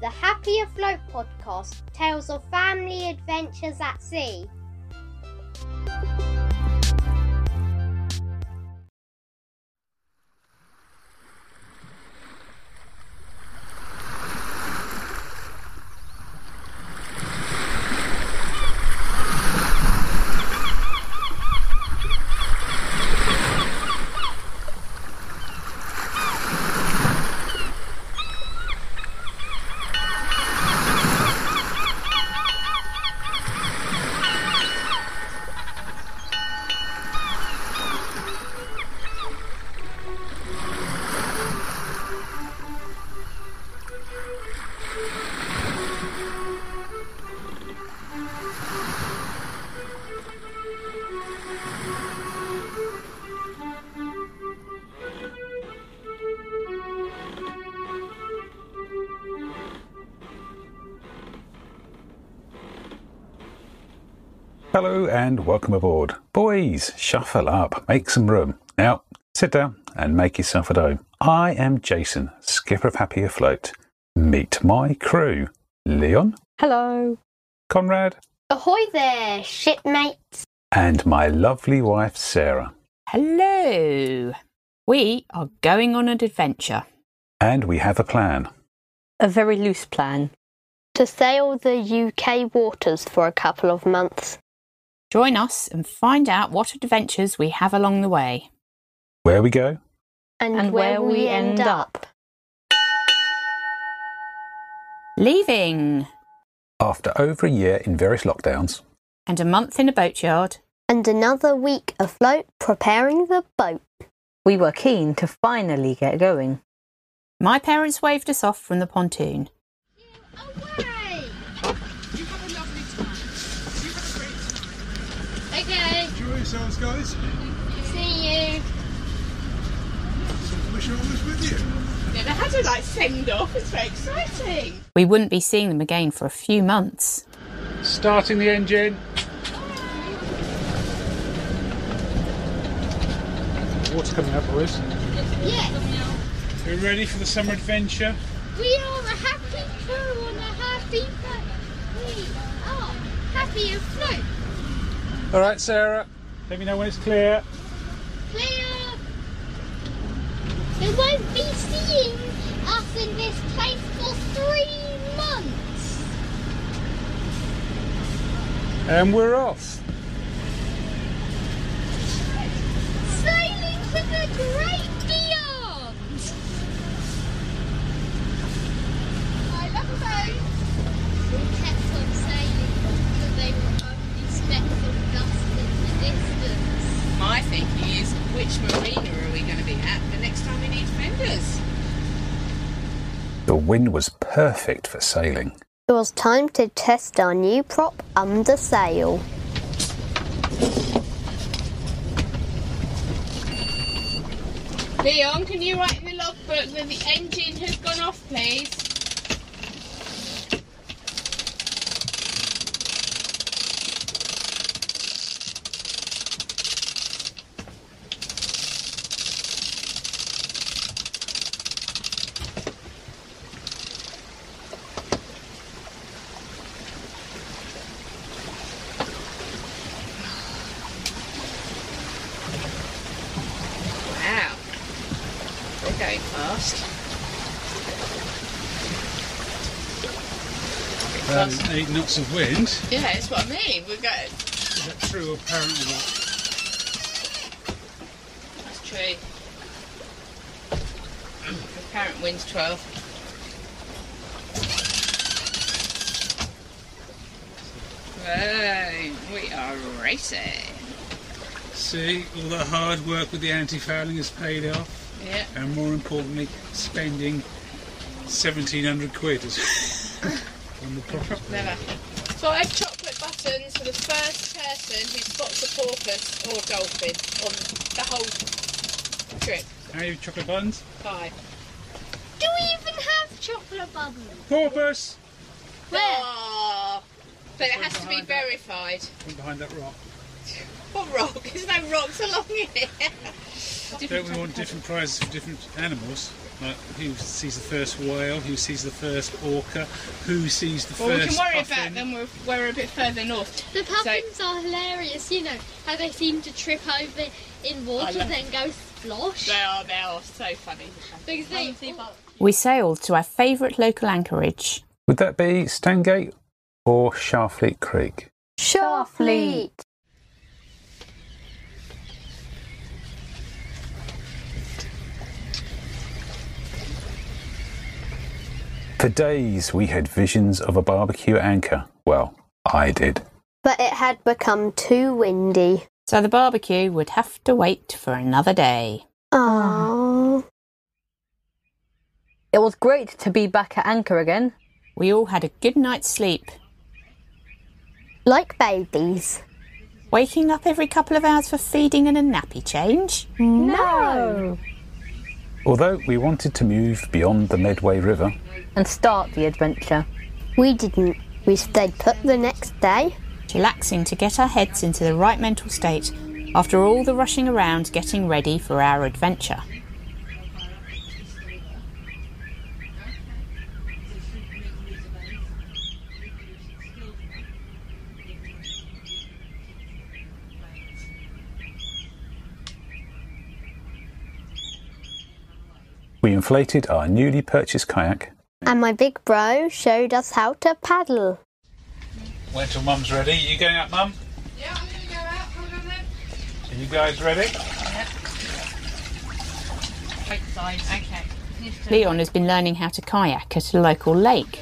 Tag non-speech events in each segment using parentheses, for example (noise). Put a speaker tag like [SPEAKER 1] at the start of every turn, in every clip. [SPEAKER 1] the Happy Afloat podcast, tales of family adventures at sea.
[SPEAKER 2] Hello and welcome aboard. Boys, shuffle up, make some room. Now, sit down and make yourself at home. I am Jason, skipper of Happy Afloat. Meet my crew Leon,
[SPEAKER 3] Hello.
[SPEAKER 2] Conrad,
[SPEAKER 1] Ahoy there, shipmates!
[SPEAKER 2] and my lovely wife Sarah.
[SPEAKER 4] Hello. We are going on an adventure.
[SPEAKER 2] And we have a plan.
[SPEAKER 3] A very loose plan.
[SPEAKER 5] to sail the UK waters for a couple of months.
[SPEAKER 4] Join us and find out what adventures we have along the way.
[SPEAKER 2] Where we go?
[SPEAKER 5] And,
[SPEAKER 3] And
[SPEAKER 5] where, we end up.
[SPEAKER 4] Leaving
[SPEAKER 2] After over a year in various lockdowns,
[SPEAKER 4] and a month in a boatyard.
[SPEAKER 5] And another week afloat preparing the boat.
[SPEAKER 3] We were keen to finally get going.
[SPEAKER 4] My parents waved us off from the pontoon.
[SPEAKER 1] Away!
[SPEAKER 6] You have a lovely time. You have a great time.
[SPEAKER 1] Okay,
[SPEAKER 6] Enjoy yourselves, guys.
[SPEAKER 1] see you.
[SPEAKER 6] Wish I was with you. Never had a like send off. It's very exciting.
[SPEAKER 4] We wouldn't be seeing them again for a few months.
[SPEAKER 7] Starting the engine. Water's coming up, boys.
[SPEAKER 1] Yes,
[SPEAKER 7] Are you ready for the summer adventure?
[SPEAKER 1] we are a happy crew on a happy boat. We are happy afloat.
[SPEAKER 7] All right, Sarah. Let me know when it's clear.
[SPEAKER 1] Clear! They won't be seeing us in this place for three months.
[SPEAKER 7] And we're off.
[SPEAKER 1] Sailing to the great beyond! I love a boat! We kept on sailing until they were only specks of dust in the distance.
[SPEAKER 8] My thinking is, which marina are we going to be at the next time we need fenders?
[SPEAKER 2] the wind was perfect for sailing.
[SPEAKER 5] It was time to test our new prop under sail.
[SPEAKER 8] Leon, can you write in the logbook that the engine has gone off, please? Wow, they're going fast.
[SPEAKER 7] Um, eight knots of wind.
[SPEAKER 8] Yeah, that's what I mean. We're going.
[SPEAKER 7] Is that true? Apparently not.
[SPEAKER 8] That's true. Apparent wind's 12. Right, we are racing.
[SPEAKER 7] See, all the hard work with the anti-fouling has paid off,
[SPEAKER 8] Yeah.
[SPEAKER 7] and more importantly, spending 1,700 quid is- (laughs) on the property.
[SPEAKER 8] Never. So I have chocolate buttons for the first person who spots a porpoise or a dolphin on the whole trip.
[SPEAKER 7] How are you, chocolate buns?
[SPEAKER 8] Five.
[SPEAKER 1] Do we even have chocolate bubbles?
[SPEAKER 7] Porpoise!
[SPEAKER 8] Ah, but it has to be verified.
[SPEAKER 7] From behind that rock.
[SPEAKER 8] (laughs) What rock? There's no rocks along here.
[SPEAKER 7] Don't we want different prizes for different animals? Like who sees the first whale, who sees the first orca, who sees the
[SPEAKER 8] Well, we
[SPEAKER 7] first.
[SPEAKER 8] can worry
[SPEAKER 7] puffin?
[SPEAKER 8] about them. We're, we're a bit further north.
[SPEAKER 1] The puffins are hilarious, you know, how they seem to trip over in water
[SPEAKER 8] love-
[SPEAKER 1] then go splosh.
[SPEAKER 8] They are. They are so funny.
[SPEAKER 1] Because they,
[SPEAKER 4] We sailed to our favourite local anchorage.
[SPEAKER 2] Would that be Stangate or Sharfleet Creek?
[SPEAKER 3] Sharfleet.
[SPEAKER 2] For days we had visions of a barbecue anchor. Well, I did.
[SPEAKER 5] But it had become too windy.
[SPEAKER 4] So the barbecue would have to wait for another day.
[SPEAKER 5] Aww.
[SPEAKER 3] It was great to be back at anchor again.
[SPEAKER 4] We all had a good night's sleep,
[SPEAKER 5] Like babies.
[SPEAKER 4] waking up every couple of hours for feeding and a nappy change.
[SPEAKER 3] No!
[SPEAKER 2] Although we wanted to move beyond the Medway River,
[SPEAKER 3] And start the adventure.
[SPEAKER 5] We didn't. We stayed put the next day.
[SPEAKER 4] Chillaxing to get our heads into the right mental state after all the rushing around getting ready for our adventure.
[SPEAKER 2] we inflated our newly purchased kayak.
[SPEAKER 5] And my big bro showed us how to paddle. (laughs)
[SPEAKER 7] Wait till Mum's ready. You going out, Mum?
[SPEAKER 8] Yeah, I'm gonna go out. Hold on then.
[SPEAKER 7] Are you guys ready?
[SPEAKER 8] Okay.
[SPEAKER 4] Leon has been learning how to kayak at a local lake.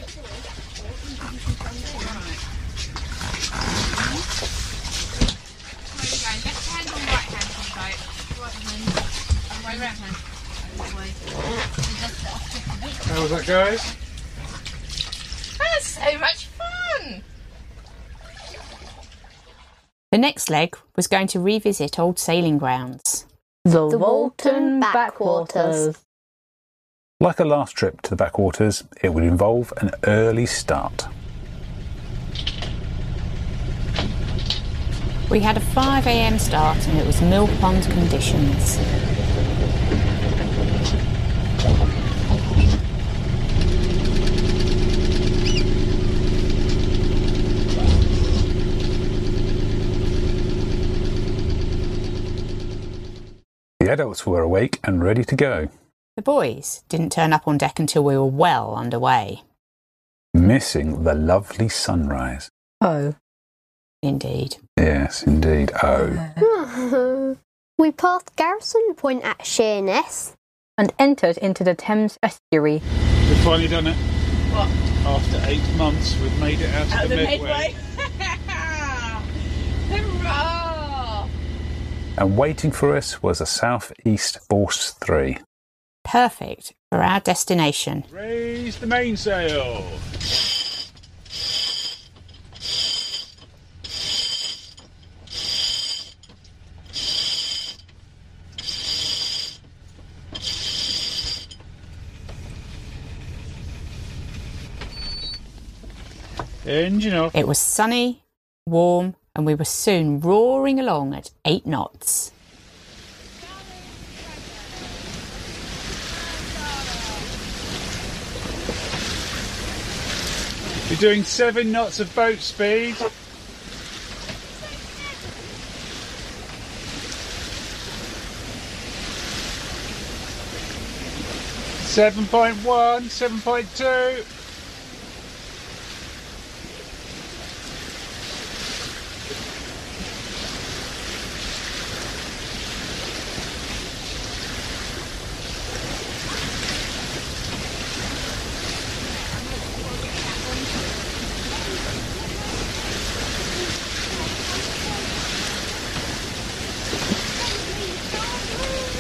[SPEAKER 8] Where are you going? Left hand or right hand on the boat? Right hand. Right hand.
[SPEAKER 7] How was that, guys?
[SPEAKER 8] That's so much fun.
[SPEAKER 4] The next leg was going to revisit old sailing grounds.
[SPEAKER 3] The,
[SPEAKER 5] The Walton backwaters.
[SPEAKER 2] Like a last trip to the backwaters, it would involve an early start.
[SPEAKER 4] We had a 5am start and it was mill pond conditions.
[SPEAKER 2] The adults were awake and ready to go.
[SPEAKER 4] The boys didn't turn up on deck until we were well underway.
[SPEAKER 2] Missing the lovely sunrise.
[SPEAKER 3] Oh.
[SPEAKER 4] Indeed.
[SPEAKER 2] Yes, indeed. Oh.
[SPEAKER 5] we passed Garrison Point at Sheerness.
[SPEAKER 3] And entered into the Thames estuary.
[SPEAKER 7] We've finally done it.
[SPEAKER 8] What?
[SPEAKER 7] After eight months, we've made it out
[SPEAKER 8] At
[SPEAKER 7] to
[SPEAKER 8] the
[SPEAKER 7] the,
[SPEAKER 8] midway. Hurrah!
[SPEAKER 2] And waiting for us was a southeast force three.
[SPEAKER 4] Perfect for our destination.
[SPEAKER 7] Raise the mainsail. Engine off.
[SPEAKER 4] It was sunny, warm, and we were soon roaring along at eight knots.
[SPEAKER 7] You're doing seven knots of boat speed. Seven point one, seven point two.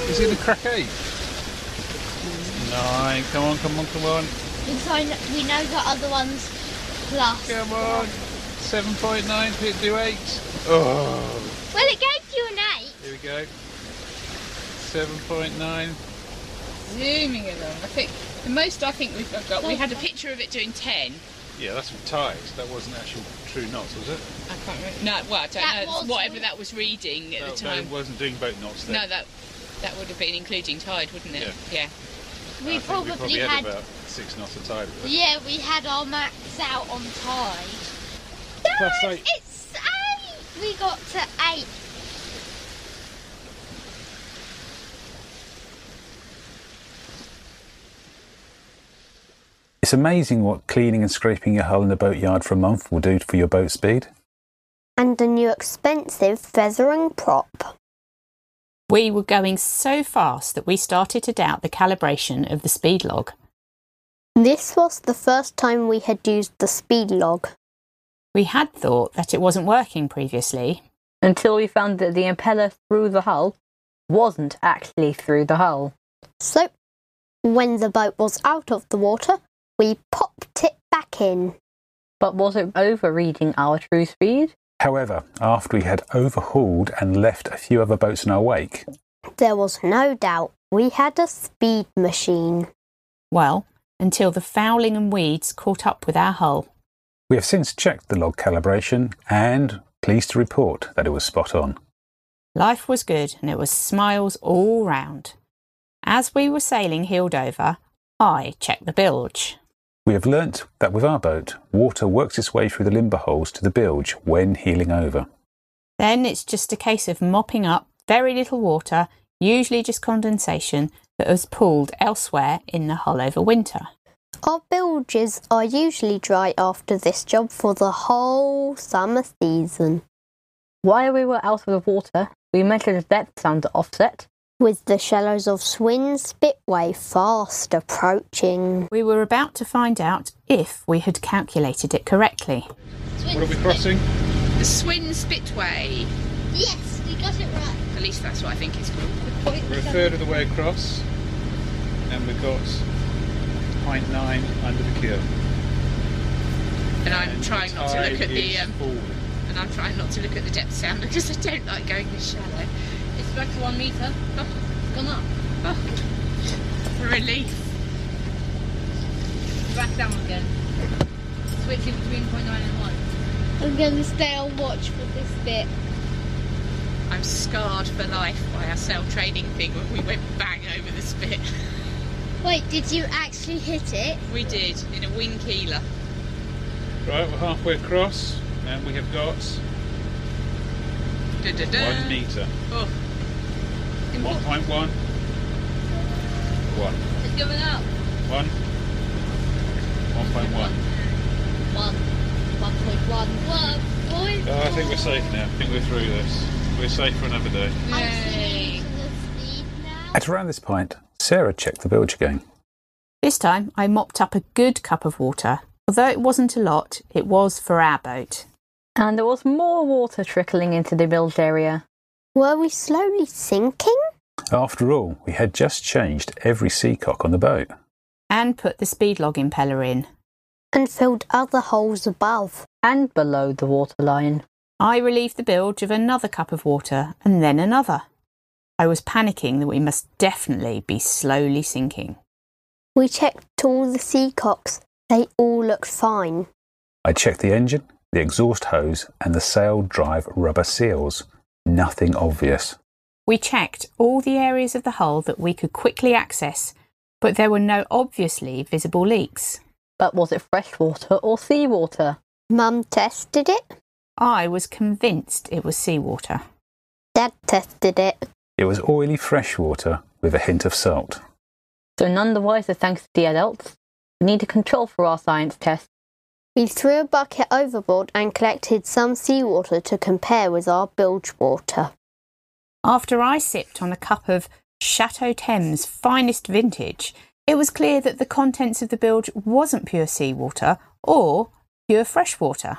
[SPEAKER 7] Is it the crack eight? Nine. Come on, come on, come on,
[SPEAKER 1] because I kn- we know the other ones plus.
[SPEAKER 7] come on. Seven point nine. Do eight. Oh.
[SPEAKER 1] Well, it gave you an eight.
[SPEAKER 7] Here we go. Seven point nine.
[SPEAKER 8] Zooming along. I think the most I think we've got. We had a picture of it doing ten.
[SPEAKER 7] Yeah, that's with ties. That wasn't actual true knots, was it?
[SPEAKER 8] I can't remember. No, well, I don't
[SPEAKER 1] That
[SPEAKER 8] know.
[SPEAKER 1] was
[SPEAKER 8] whatever
[SPEAKER 1] what-
[SPEAKER 8] that was reading at
[SPEAKER 7] Oh, No,
[SPEAKER 8] the time.
[SPEAKER 7] it wasn't doing boat knots then.
[SPEAKER 8] No, that That would have been including tide, wouldn't it? Yeah.
[SPEAKER 1] We
[SPEAKER 9] I think
[SPEAKER 1] probably,
[SPEAKER 9] we probably had,
[SPEAKER 1] had.
[SPEAKER 9] about six knots of tide. but
[SPEAKER 1] yeah, we had our max out on tide.
[SPEAKER 7] That's
[SPEAKER 1] No,
[SPEAKER 7] like-
[SPEAKER 1] it's eight. We got to eight.
[SPEAKER 2] It's amazing what cleaning and scraping your hull in the boatyard for a month will do for your boat speed.
[SPEAKER 5] And a new expensive feathering prop.
[SPEAKER 4] We were going so fast that we started to doubt the calibration of the speed log.
[SPEAKER 5] This was the first time we had used the speed log.
[SPEAKER 4] We had thought that it wasn't working previously.
[SPEAKER 3] until we found that the impeller through the hull wasn't actually through the hull.
[SPEAKER 5] So, when the boat was out of the water, we popped it back in.
[SPEAKER 3] But was it overreading our true speed?
[SPEAKER 2] However, after we had overhauled and left a few other boats in our wake,
[SPEAKER 5] There was no doubt we had a speed machine.
[SPEAKER 4] Well, until the fouling and weeds caught up with our hull.
[SPEAKER 2] we have since checked the log calibration and pleased to report that it was spot on.
[SPEAKER 4] Life was good and it was smiles all round. As we were sailing heeled over, I checked the bilge.
[SPEAKER 2] We have learnt that with our boat, water works its way through the limber holes to the bilge when heeling over.
[SPEAKER 4] Then it's just a case of mopping up very little water, usually just condensation, that was pooled elsewhere in the hull over winter.
[SPEAKER 5] Our bilges are usually dry after this job for the whole summer season.
[SPEAKER 3] While we were out of the water, we measured depth under offset.
[SPEAKER 5] With the shallows of Swin Spitway fast approaching.
[SPEAKER 4] We were about to find out if we had calculated it correctly.
[SPEAKER 7] What are we crossing?
[SPEAKER 8] The Swin Spitway.
[SPEAKER 1] Yes, we got it right.
[SPEAKER 8] At least that's what I think it's called.
[SPEAKER 7] We're a third of the way across, and we've got 0.9 under the keel.
[SPEAKER 8] And I'm
[SPEAKER 7] And
[SPEAKER 8] trying not to
[SPEAKER 7] tide
[SPEAKER 8] look at the.
[SPEAKER 7] is
[SPEAKER 8] Um,
[SPEAKER 7] forward.
[SPEAKER 8] and I'm trying not to look at the depth sound (laughs) because I don't like going this shallow. It's back to one metre. Oh, gone up. Oh, relief.
[SPEAKER 10] Back down again. Switching between 0.9 and 1.
[SPEAKER 1] I'm going to stay on watch for this bit.
[SPEAKER 8] I'm scarred for life by our sail training thing when we went bang over the spit.
[SPEAKER 1] Wait, did you actually hit it?
[SPEAKER 8] We did in a wing keeler.
[SPEAKER 7] Right, we're halfway across, and we have got
[SPEAKER 8] Da, da, da.
[SPEAKER 7] one metre.
[SPEAKER 8] Oh. In what-
[SPEAKER 7] 1.1. One.
[SPEAKER 10] It's going up.
[SPEAKER 7] One. 1.1.
[SPEAKER 1] One, one point one, one point.
[SPEAKER 7] Oh, I think we're safe now. I think we're through this. We're safe for another day.
[SPEAKER 1] I'm singing to the speed now.
[SPEAKER 2] At around this point, Sarah checked the bilge again.
[SPEAKER 4] This time I mopped up a good cup of water. Although it wasn't a lot, it was for our boat.
[SPEAKER 3] And there was more water trickling into the bilge area.
[SPEAKER 5] Were we slowly sinking?
[SPEAKER 2] After all, we had just changed every seacock on the boat.
[SPEAKER 4] And put the speed log impeller in.
[SPEAKER 5] And filled other holes above.
[SPEAKER 3] And below the waterline.
[SPEAKER 4] I relieved the bilge of another cup of water and then another. I was panicking that we must definitely be slowly sinking.
[SPEAKER 5] We checked all the seacocks. They all looked fine.
[SPEAKER 2] I checked the engine, the exhaust hose, and the sail drive rubber seals. Nothing obvious.
[SPEAKER 4] We checked all the areas of the hull that we could quickly access, but there were no obviously visible leaks.
[SPEAKER 3] But was it fresh water or seawater?
[SPEAKER 5] Mum tested it.
[SPEAKER 4] I was convinced it was seawater.
[SPEAKER 5] Dad tested it.
[SPEAKER 2] It was oily freshwater with a hint of salt.
[SPEAKER 3] So none the wiser thanks to the adults. We need to control for our science test.
[SPEAKER 5] We threw a bucket overboard and collected some seawater to compare with our bilge water.
[SPEAKER 4] After I sipped on a cup of Chateau Thames' finest vintage, it was clear that the contents of the bilge wasn't pure seawater or pure freshwater.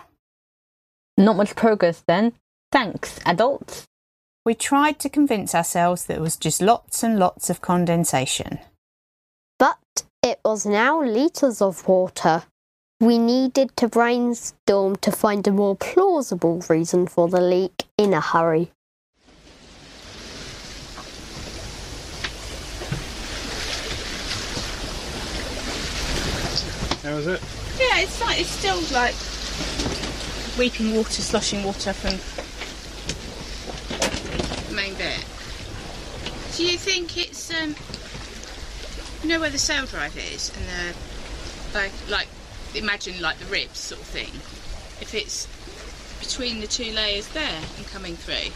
[SPEAKER 3] Not much progress then. Thanks, adults.
[SPEAKER 4] We tried to convince ourselves that it was just lots and lots of condensation.
[SPEAKER 5] But it was now litres of water. We needed to brainstorm to find a more plausible reason for the leak in a hurry.
[SPEAKER 7] How is it?
[SPEAKER 6] Yeah, it's like it's still like weeping water, sloshing water from
[SPEAKER 8] main bit.
[SPEAKER 6] It's
[SPEAKER 8] Do you think it's um, you know where the sail drive is and the like, like imagine like the ribs sort of thing. If it's between the two layers there and coming through,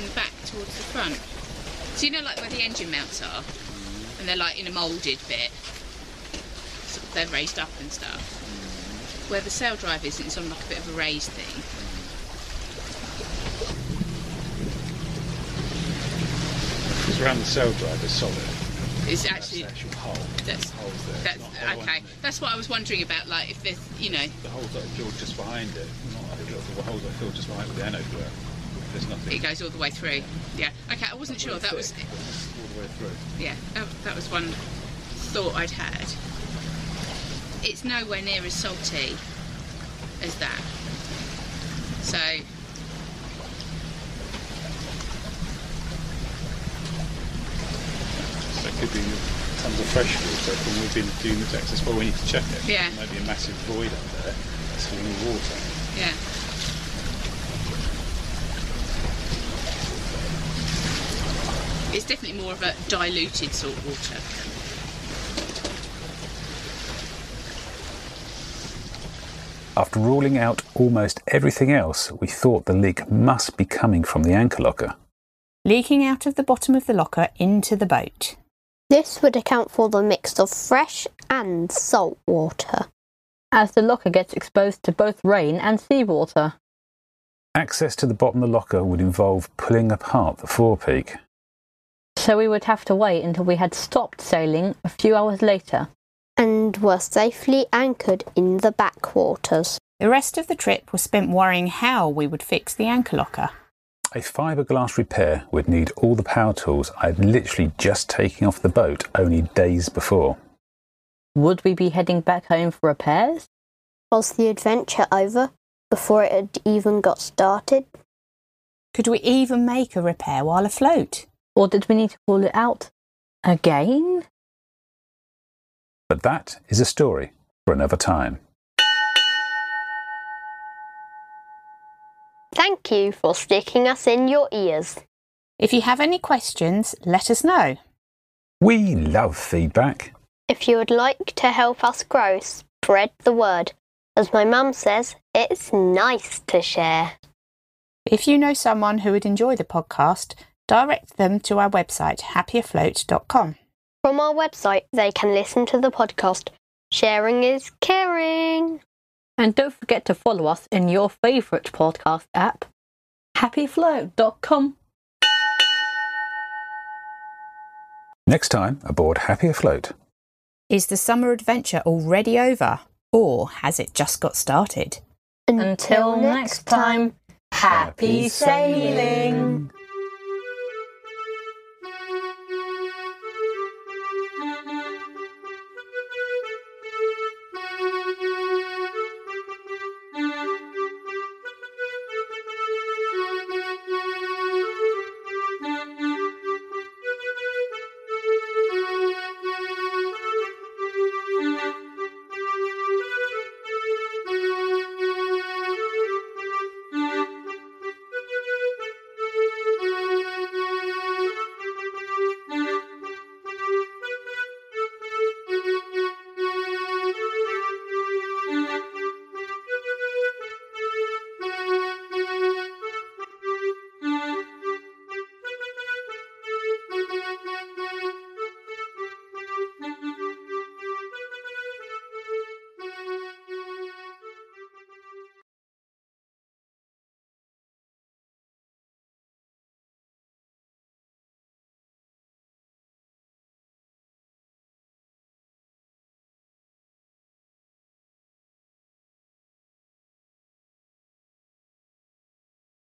[SPEAKER 8] and back towards the front. So you know like where the engine mounts are, and they're like in a moulded bit. So they're raised up and stuff. Where the sail drive is, it's on like a bit of a raised thing.
[SPEAKER 7] Because around the sail drive is solid.
[SPEAKER 8] It's
[SPEAKER 7] That's
[SPEAKER 8] actually
[SPEAKER 7] the actual hull.
[SPEAKER 8] That's-
[SPEAKER 7] the hole's there.
[SPEAKER 8] That's
[SPEAKER 7] It's not the whole
[SPEAKER 8] okay.
[SPEAKER 7] one.
[SPEAKER 8] That's what I was wondering about. Like, if there's, you know,
[SPEAKER 7] The hole's that are filled just behind it. Not the hole's- the hole's that are filled just behind it with the anode were. There's nothing.
[SPEAKER 8] it goes all the way through. Yeah. Okay. I wasn't sure.
[SPEAKER 7] Really
[SPEAKER 8] That was,
[SPEAKER 7] thick, but it's all the way through.
[SPEAKER 8] yeah. That, that was one thought I'd had. It's nowhere near as salty as that. So.
[SPEAKER 7] So it could be tons of fresh water from within doing the Texas. Well, we need to check it.
[SPEAKER 8] Yeah.
[SPEAKER 7] There might be a massive void up there. It's full of water.
[SPEAKER 8] Yeah. It's definitely more of a diluted salt water.
[SPEAKER 2] After ruling out almost everything else, we thought the leak must be coming from the anchor locker.
[SPEAKER 4] Leaking out of the bottom of the locker into the boat.
[SPEAKER 5] This would account for the mix of fresh and salt water.
[SPEAKER 3] as the locker gets exposed to both rain and seawater.
[SPEAKER 2] Access to the bottom of the locker would involve pulling apart the forepeak.
[SPEAKER 3] So we would have to wait until we had stopped sailing a few hours later.
[SPEAKER 5] And were safely anchored in the backwaters.
[SPEAKER 4] The rest of the trip was spent worrying how we would fix the anchor locker.
[SPEAKER 2] A fiberglass repair would need all the power tools I had literally just taken off the boat only days before.
[SPEAKER 3] Would we be heading back home for repairs?
[SPEAKER 5] Was the adventure over before it had even got started?
[SPEAKER 4] Could we even make a repair while afloat?
[SPEAKER 3] Or did we need to call it out again?
[SPEAKER 2] But that is a story for another time.
[SPEAKER 5] Thank you for sticking us in your ears.
[SPEAKER 4] If you have any questions, let us know.
[SPEAKER 2] We love feedback.
[SPEAKER 5] If you would like to help us grow, spread the word. As my mum says, it's nice to share.
[SPEAKER 4] If you know someone who would enjoy the podcast, direct them to our website, happyafloat.com.
[SPEAKER 5] From our website, they can listen to the podcast. Sharing is caring.
[SPEAKER 3] And don't forget to follow us in your favourite podcast app, happyflow.com.
[SPEAKER 2] Next time aboard Happy Afloat.
[SPEAKER 4] Is the summer adventure already over, or has it just got started?
[SPEAKER 3] Until next time, happy sailing.